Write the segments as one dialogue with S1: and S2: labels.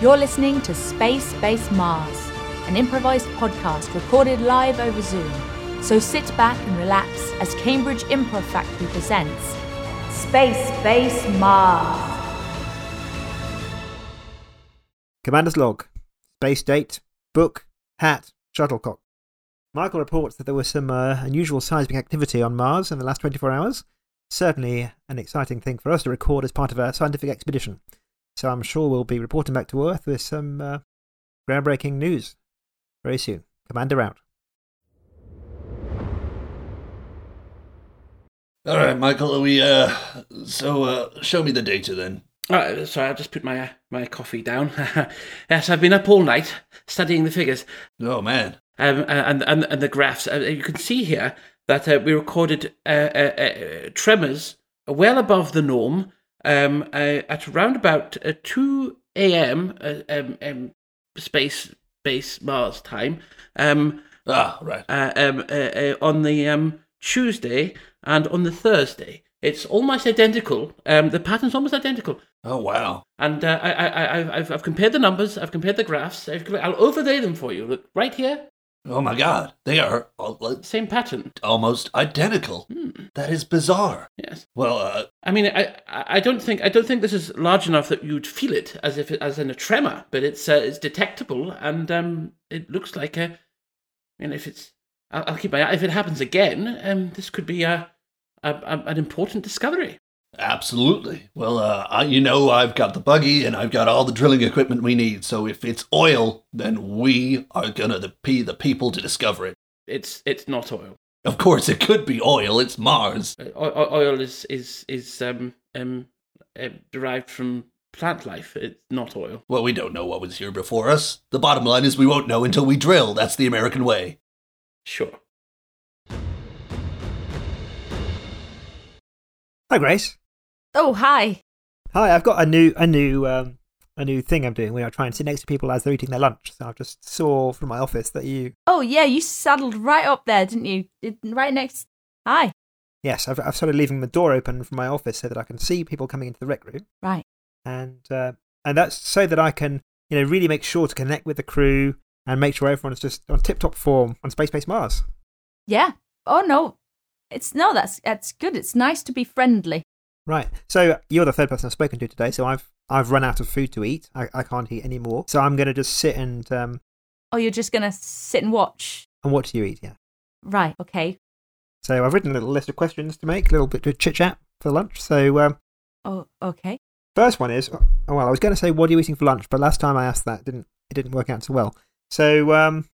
S1: You're listening to Space Base Mars, an improvised podcast recorded live over Zoom. So sit back and relax as Cambridge Improv Factory presents Space Base Mars.
S2: Commander's log, base date, book, hat, shuttlecock. Michael reports that there was some uh, unusual seismic activity on Mars in the last 24 hours. Certainly an exciting thing for us to record as part of our scientific expedition. So I'm sure we'll be reporting back to Earth with some uh, groundbreaking news very soon. Commander out.
S3: All right, Michael. Are we? Uh, so uh, show me the data then.
S4: Oh, sorry, I'll just put my uh, my coffee down. yes, I've been up all night studying the figures
S3: Oh man.
S4: um, uh, and, and and the graphs. Uh, you can see here that uh, we recorded uh, uh, uh, tremors well above the norm um, uh, at around about uh, two a.m. Uh, um, um, space base Mars time um,
S3: Ah, right.
S4: uh, um, uh, uh, on the um, Tuesday and on the Thursday. It's almost identical. Um, the pattern's almost identical.
S3: Oh wow.
S4: And uh, I, I, I, I've- I've, I've compared the numbers. I've compared the graphs. I've, compar- I'll overlay them for you. Look, right here,
S3: Oh my God. They are al- al-
S4: same pattern.
S3: almost identical. That is bizarre.
S4: Yes.
S3: Well, uh,
S4: I mean, I, I I don't think I don't think this is large enough that you'd feel it as if it, as in a tremor, but it's uh, it's detectable, and um, it looks like a. You know, if it's, I'll, I'll keep my eye. If it happens again, um, this could be a, a, a an important discovery.
S3: absolutely. Well, uh, I, you know, I've got the buggy and I've got all the drilling equipment we need. So if it's oil, then we are gonna the, be the people to discover it.
S4: It's it's not oil.
S3: Of course, it could be oil. It's Mars.
S4: Uh, o- o- oil is is is um um uh, derived from plant life. It's not oil.
S3: Well, we don't know what was here before us. The bottom line is we won't know until we drill. That's the American way.
S4: Sure.
S2: Hi, Grace.
S1: Oh, hi.
S2: Hi, I've got a new, a new, um, a new thing I'm doing where I try and sit next to people as they're eating their lunch. So I just saw from my office that you.
S1: Oh, yeah, you saddled right up there, didn't you? It- Right next. Hi.
S2: Yes, I've, I've started leaving the door open from my office so that I can see people coming into the rec room.
S1: Right.
S2: and uh, and that's so that I can you know really make sure to connect with the crew and make sure everyone's just on tip top form on Space Base Mars.
S1: Yeah. Oh, no. It's no, that's that's good. It's nice to be friendly.
S2: Right. So you're the third person I've spoken to today. So I've I've run out of food to eat. I, I can't eat anymore. So I'm going to just sit and um
S1: Oh, you're just gonna sit and watch.
S2: and watch you eat. Yeah.
S1: Right. Okay.
S2: So I've written a little list of questions to make, a little bit of chit chat for lunch. So um,
S1: Oh, okay.
S2: first one is oh, well I was going to say what are you eating for lunch, but last time I asked that didn't it didn't work out so well. So um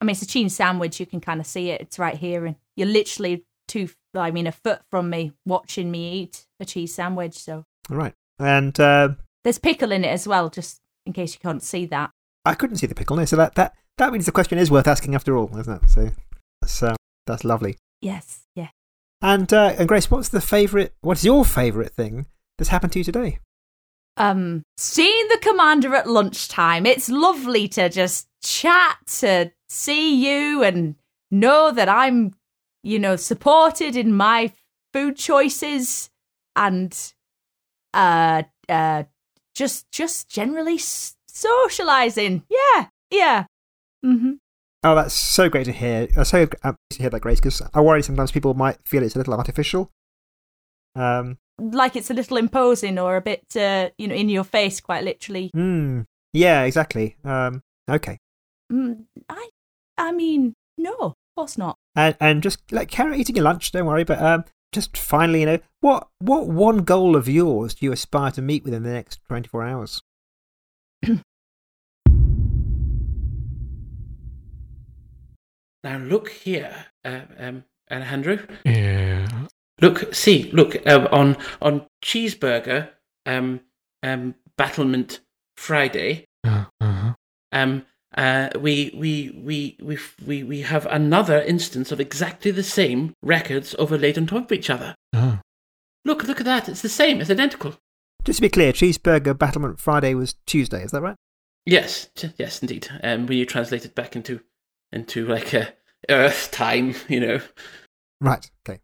S1: I mean, it's a cheese sandwich. You can kind of see it. It's right here, and you're literally two. I mean, a foot from me, watching me eat a cheese sandwich. So
S2: all right and. Uh,
S1: there's pickle in it as well, just in case you can't see that.
S2: I couldn't see the pickle. No, so that, that, that means the question is worth asking after all, isn't it? So that's, uh, that's lovely.
S1: Yes, yeah.
S2: And, uh, and Grace, what's the favourite, what's your favourite thing that's happened to you today?
S1: Um, seeing the commander at lunchtime. It's lovely to just chat, to see you, and know that I'm, you know, supported in my food choices, and uh, uh, just just generally s- socializing. Yeah, yeah. Mm-hmm.
S2: Oh, that's so great to hear. I'm so happy to hear that, Grace, because I worry sometimes people might feel it's a little artificial. Um,
S1: Like it's a little imposing or a bit, uh, you know, in your face, quite literally.
S2: hmm, yeah, exactly. Um, okay.
S1: Mm, I, I mean, no, of course not.
S2: and and just like carry on eating your lunch. Don't worry, but um, just finally, you know, what what one goal of yours do you aspire to meet within the next twenty four hours?
S4: Now look here, uh, um, Alejandro.
S5: Yeah.
S4: Look, see, look um, on on cheeseburger, um, um, battlement Friday.
S5: Uh, uh-huh.
S4: Um, uh, we we we we we we have another instance of exactly the same records overlaid on top of each other.
S5: Oh.
S4: Look, look at that. It's the same. It's identical.
S2: Just to be clear, cheeseburger battlement Friday was Tuesday. Is that right?
S4: Yes, t- yes, indeed. Um, when you translate it back into into like uh, Earth time, you know.
S2: Right. Okay.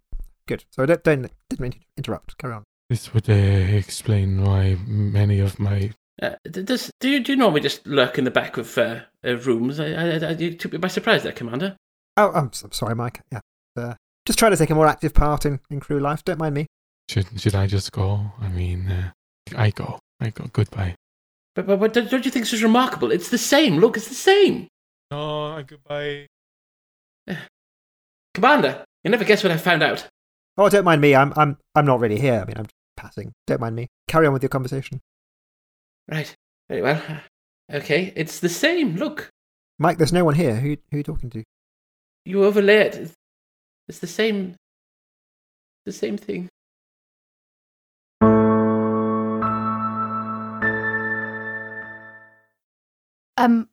S2: Good. So I don't, don't didn't mean to interrupt. Carry on.
S5: This would uh, explain why many of my
S4: Uh, d- does, do, you, do you normally just lurk in the back of uh, uh, rooms? I, I, I, you took me by surprise there, Commander.
S2: Oh, I'm, s- I'm sorry, Mike. Yeah. Uh, just trying to take a more active part in, in crew life. Don't mind me.
S5: Should should I just go? I mean, uh, I go. I go. Goodbye.
S4: But, but, but don't don't you think this is remarkable? It's the same. Look, it's the same.
S5: No, I goodbye.
S4: Commander, you never guess what I found out.
S2: Oh, don't mind me. I'm I'm I'm not really here. I mean, I'm just passing. Don't mind me. Carry on with your conversation.
S4: Right. Very well. Uh, Okay, it's the same. Look,
S2: Mike, there's no one here. Who who are you talking to?
S4: you overlay it. It's- It's the same. The same thing.
S1: Um,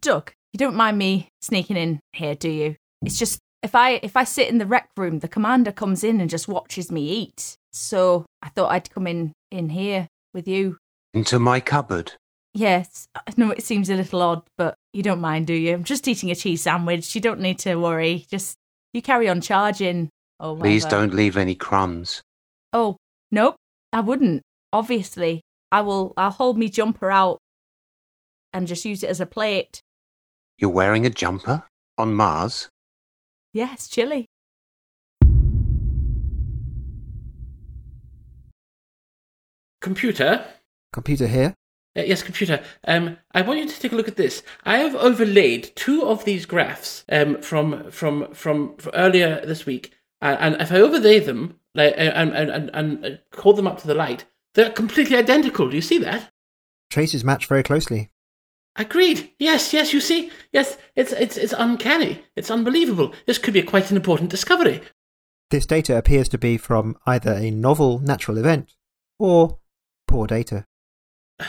S1: Doug, you don't mind me sneaking in here, do you? It's just if I if I sit in the rec room, the commander comes in and just watches me eat. So I thought I'd come in in here with you.
S6: Into my cupboard.
S1: Yes, I know it seems a little odd, but you don't mind, do you? I'm just eating a cheese sandwich. You don't need to worry. Just you carry on charging. Or
S6: Please
S1: whatever.
S6: don't leave any crumbs.
S1: Oh nope, I wouldn't. Obviously, I will. I'll hold me jumper out and just use it as a plate.
S6: You're wearing a jumper? On Mars?
S1: Yes, chili.
S4: Computer.
S2: Computer here.
S4: Uh, yes, computer. Um, I want you to take a look at this. I have overlaid two of these graphs um, from, from from from earlier this week, and, and if I overlay them like, uh, and, and and and uh, hold them up to the light, they're completely identical. Do you see that?
S2: Traces match very closely.
S4: Agreed. Yes, yes. You see, yes. It's it's it's uncanny. It's unbelievable. This could be quite an important discovery.
S2: This data appears to be from either a novel natural event or poor data.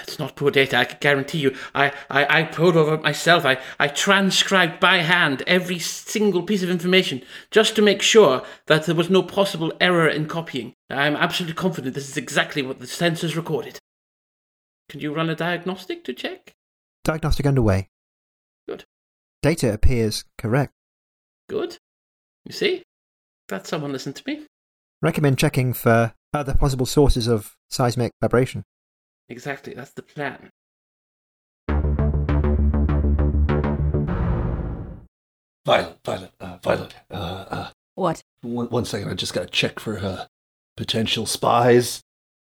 S4: It's not poor data, I can guarantee you. I, I, I poured over it myself. I, I transcribed by hand every single piece of information just to make sure that there was no possible error in copying. I'm absolutely confident this is exactly what the sensors recorded. Can you run a diagnostic to check?
S2: Diagnostic underway.
S4: Good.
S2: Data appears correct.
S4: Good. You see? That's someone listened to me.
S2: Recommend checking for other possible sources of seismic vibration.
S4: Exactly, that's the plan.
S3: Violet, Violet, uh, Violet. Uh, uh,
S1: What?
S3: one, one second, I just got to check for uh, potential spies.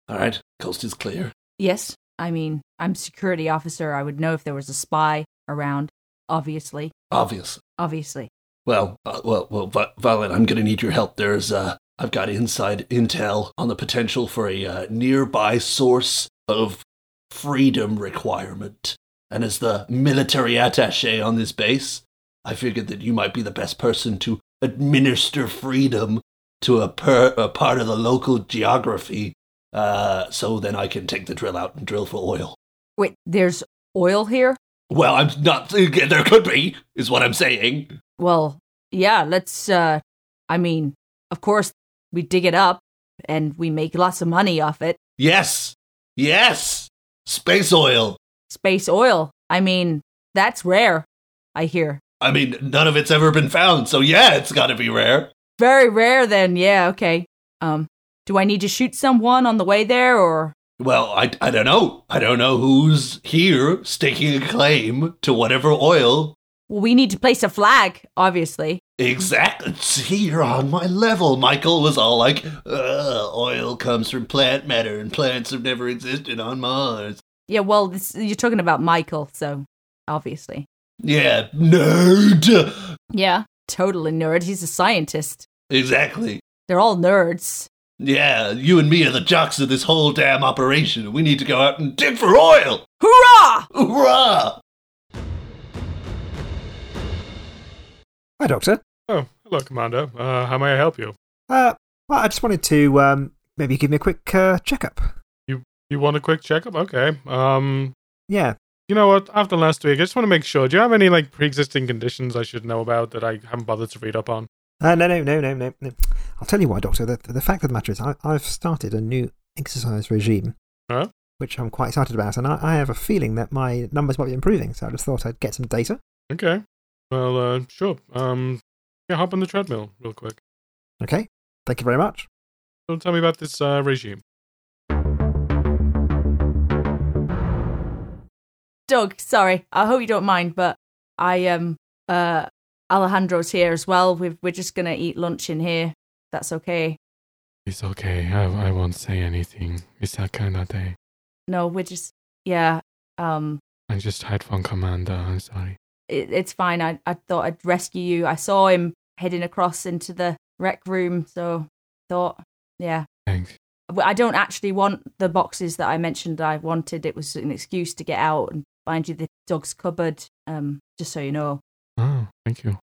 S3: All right, coast is clear.
S1: Yes, I mean, I'm security officer. I would know if there was a spy around. Obviously,
S3: Obvious.
S1: obviously.
S3: Well, uh, well, well, Vi- Violet, I'm going to need your help. There's, uh, I've got inside intel on the potential for a uh, nearby source of freedom requirement. And as the military attache on this base, I figured that you might be the best person to administer freedom to a, per- a part of the local geography. Uh, so then I can take the drill out and drill for oil.
S1: Wait, there's oil here.
S3: Well, I'm not. There could be, is what I'm saying.
S1: Well, yeah. Let's. uh I mean, of course, we dig it up and we make lots of money off it.
S3: Yes. Yes. Space oil.
S1: Space oil. I mean, that's rare. I hear
S3: I mean, none of it's ever been found, so yeah, it's got to be rare.
S1: very rare. Then, yeah, okay. Um, do I need to shoot someone on the way there, or
S3: Well, I, I don't know. I don't know who's here staking a claim to whatever oil.
S1: well, we need to place a flag? Obviously.
S3: Exactly. It's here on my level. Michael was all like, Ugh, oil comes from plant matter, and plants have never existed on Mars.
S1: Yeah. Well, this, you're talking about Michael, so obviously.
S3: Yeah, nerd.
S1: Yeah. Totally nerd. He's a scientist.
S3: Exactly.
S1: They're all nerds.
S3: Yeah, you and me are the jocks of this whole damn operation. We need to go out and dig for oil.
S1: Hoorah!
S3: Hoorah!
S2: Hi, Doctor.
S5: Oh, hello, Commander. Uh, how may I help you?
S2: Uh, well, I just wanted to um, maybe give me a quick uh, checkup.
S5: You want a quick checkup? Okay. Um,
S2: Yeah,
S5: you know what? After last week, I just want to make sure. Do you have any like pre-existing conditions I should know about that I haven't bothered to read up on?
S2: Uh, no, no, no, no, no, no. I'll tell you why, Doctor. The, the fact of the matter is, I, I've started a new exercise regime,
S5: Huh?
S2: which I'm quite excited about, and I, I have a feeling that my numbers might be improving, so I just thought I'd get some data.
S5: Okay. Well, uh, sure. Um, yeah, hop on the treadmill real quick.
S2: Okay, thank you very much.
S5: So tell me about this uh, regime.
S1: Doug, sorry. I hope you don't mind, but I um uh Alejandro's here as well. We've, we're just gonna eat lunch in here. That's okay.
S5: It's okay. I, I won't say anything. It's that kind of day.
S1: No, we're just yeah. Um,
S5: I'm just tired from Commander. I'm sorry.
S1: it, it's fine. I I thought I'd rescue you. I saw him heading across into the rec room, so thought yeah.
S5: Thanks.
S1: Well, I don't actually want the boxes that I mentioned I wanted. It was an excuse to get out and find you the dog's cupboard. Um, just so you know.
S5: Oh, thank you.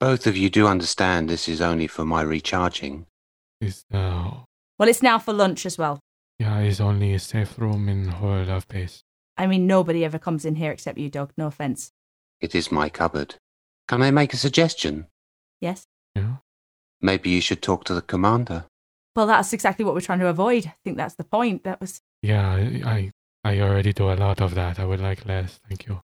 S6: Both of you do understand this is only for my recharging.
S5: It's, uh,
S1: Well, it's now for lunch as well.
S5: yeah, it's only a safe room in whole of base.
S1: I mean, nobody ever comes in here except you, Doug. No offense.
S6: It is my cupboard. Can I make a suggestion?
S1: Yes.
S5: Yeah.
S6: Maybe you should talk to the commander.
S1: Well, that's exactly what we're trying to avoid. I think that's the point. That was
S5: Yeah, I, I I already do a lot of that. I would like less. Thank you.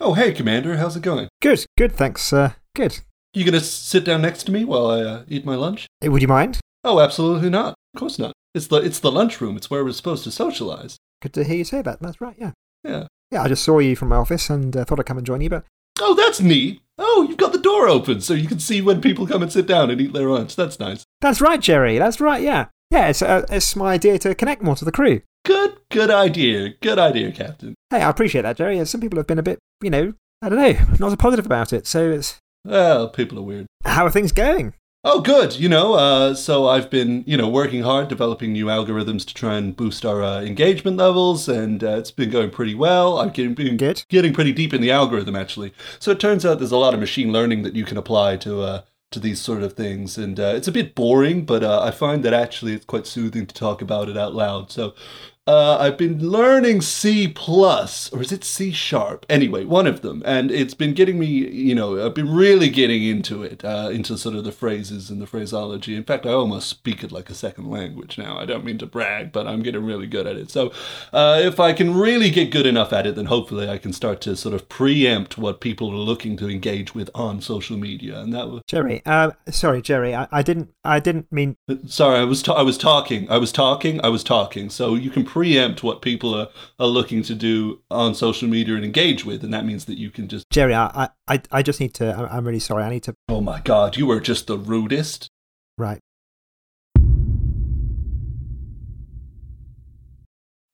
S3: Oh, hey, Commander, how's it going?
S2: Good, good, thanks. Uh, good.
S3: You gonna s- sit down next to me while I uh, eat my lunch?
S2: Eh, Would you mind?
S3: Oh, absolutely not. Of course not. It's the it's the lunchroom. It's where we're supposed to socialize.
S2: Good to hear you say that. That's right, yeah.
S3: Yeah.
S2: Yeah, I just saw you from my office and uh, thought I'd come and join you, but
S3: Oh, that's neat. Oh, you've got the door open so you can see when people come and sit down and eat their lunch. That's nice.
S2: that's right, Jerry. That's right, yeah. Yeah, it's, uh, it's my idea to connect more to the crew.
S3: Good, good idea. Good idea, Captain.
S2: Hey, I appreciate that, Jerry. Some people have been a bit, you know, I don't know, not so positive about it. So it's
S3: Well, people are weird.
S2: how are things going?
S3: Oh, good. You know, uh, so I've been, you know, working hard developing new algorithms to try and boost our uh, engagement levels, and uh, it's been going pretty well. I'm getting been
S2: Good.
S3: getting pretty deep in the algorithm actually. So it turns out there's a lot of machine learning that you can apply to uh, to these sort of things, and uh, it's a bit boring, but uh, I find that actually it's quite soothing to talk about it out loud. So. Uh, I've been learning C plus, or is it C sharp? Anyway, one of them, and it's been getting me. You know, I've been really getting into it, uh, into sort of the phrases and the phraseology. In fact, I almost speak it like a second language now. I don't mean to brag, but I'm getting really good at it. So, uh, if I can really get good enough at it, then hopefully I can start to sort of preempt what people are looking to engage with on social media, and that. Was,
S2: Jerry, uh, sorry, Jerry, I, I didn't, I didn't mean.
S3: Sorry, I was ta- I was talking. I was talking. I was talking. So you can preempt what people are, are looking to do on social media and engage with, and that means that you can just.
S2: Jerry, I, I- I, I just need to. I- I'm really sorry. I need to.
S3: Oh my God, you are just the rudest.
S2: Right.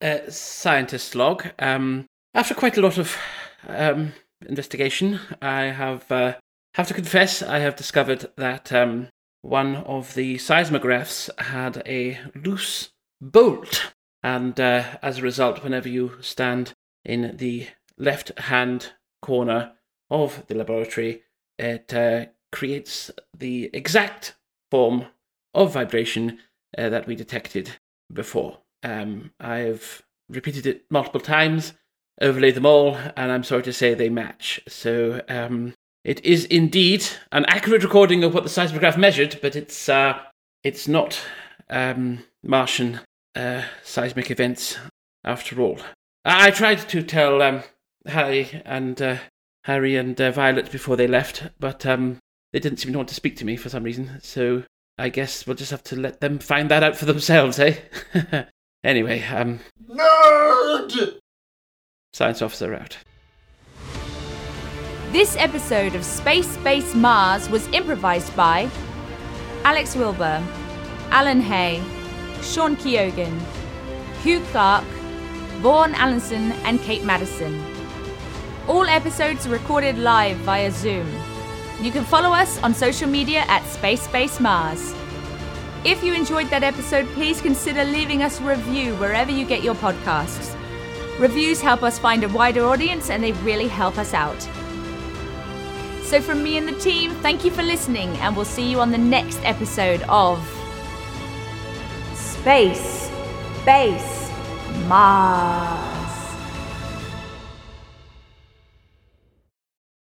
S4: uh, scientist log. Um, after quite a lot of um, investigation, I have uh, have to confess I have discovered that um, one of the seismographs had a loose bolt, and uh, as a result, whenever you stand in the left hand corner of the laboratory, it uh, creates the exact form of vibration uh, that we detected before. Um, I've repeated it multiple times, overlaid them all, and I'm sorry to say they match. So um, it is indeed an accurate recording of what the seismograph measured, but it's uh, it's not um, Martian uh, seismic events after all. I I tried to tell um, Harry and uh, Harry and uh, Violet before they left, but um, they didn't seem to want to speak to me for some reason. So I guess we'll just have to let them find that out for themselves, eh? anyway, um,
S3: Nerd.
S4: science officer out.
S1: This episode of Space Base Mars was improvised by Alex Wilbur, Alan Hay, Sean Keogan, Hugh Clark, Vaughan Allenson, and Kate Madison. All episodes are recorded live via Zoom. You can follow us on social media at Space Base Mars. If you enjoyed that episode, please consider leaving us a review wherever you get your podcasts. Reviews help us find a wider audience and they really help us out. So, from me and the team, thank you for listening, and we'll see you on the next episode of Space Base Mars.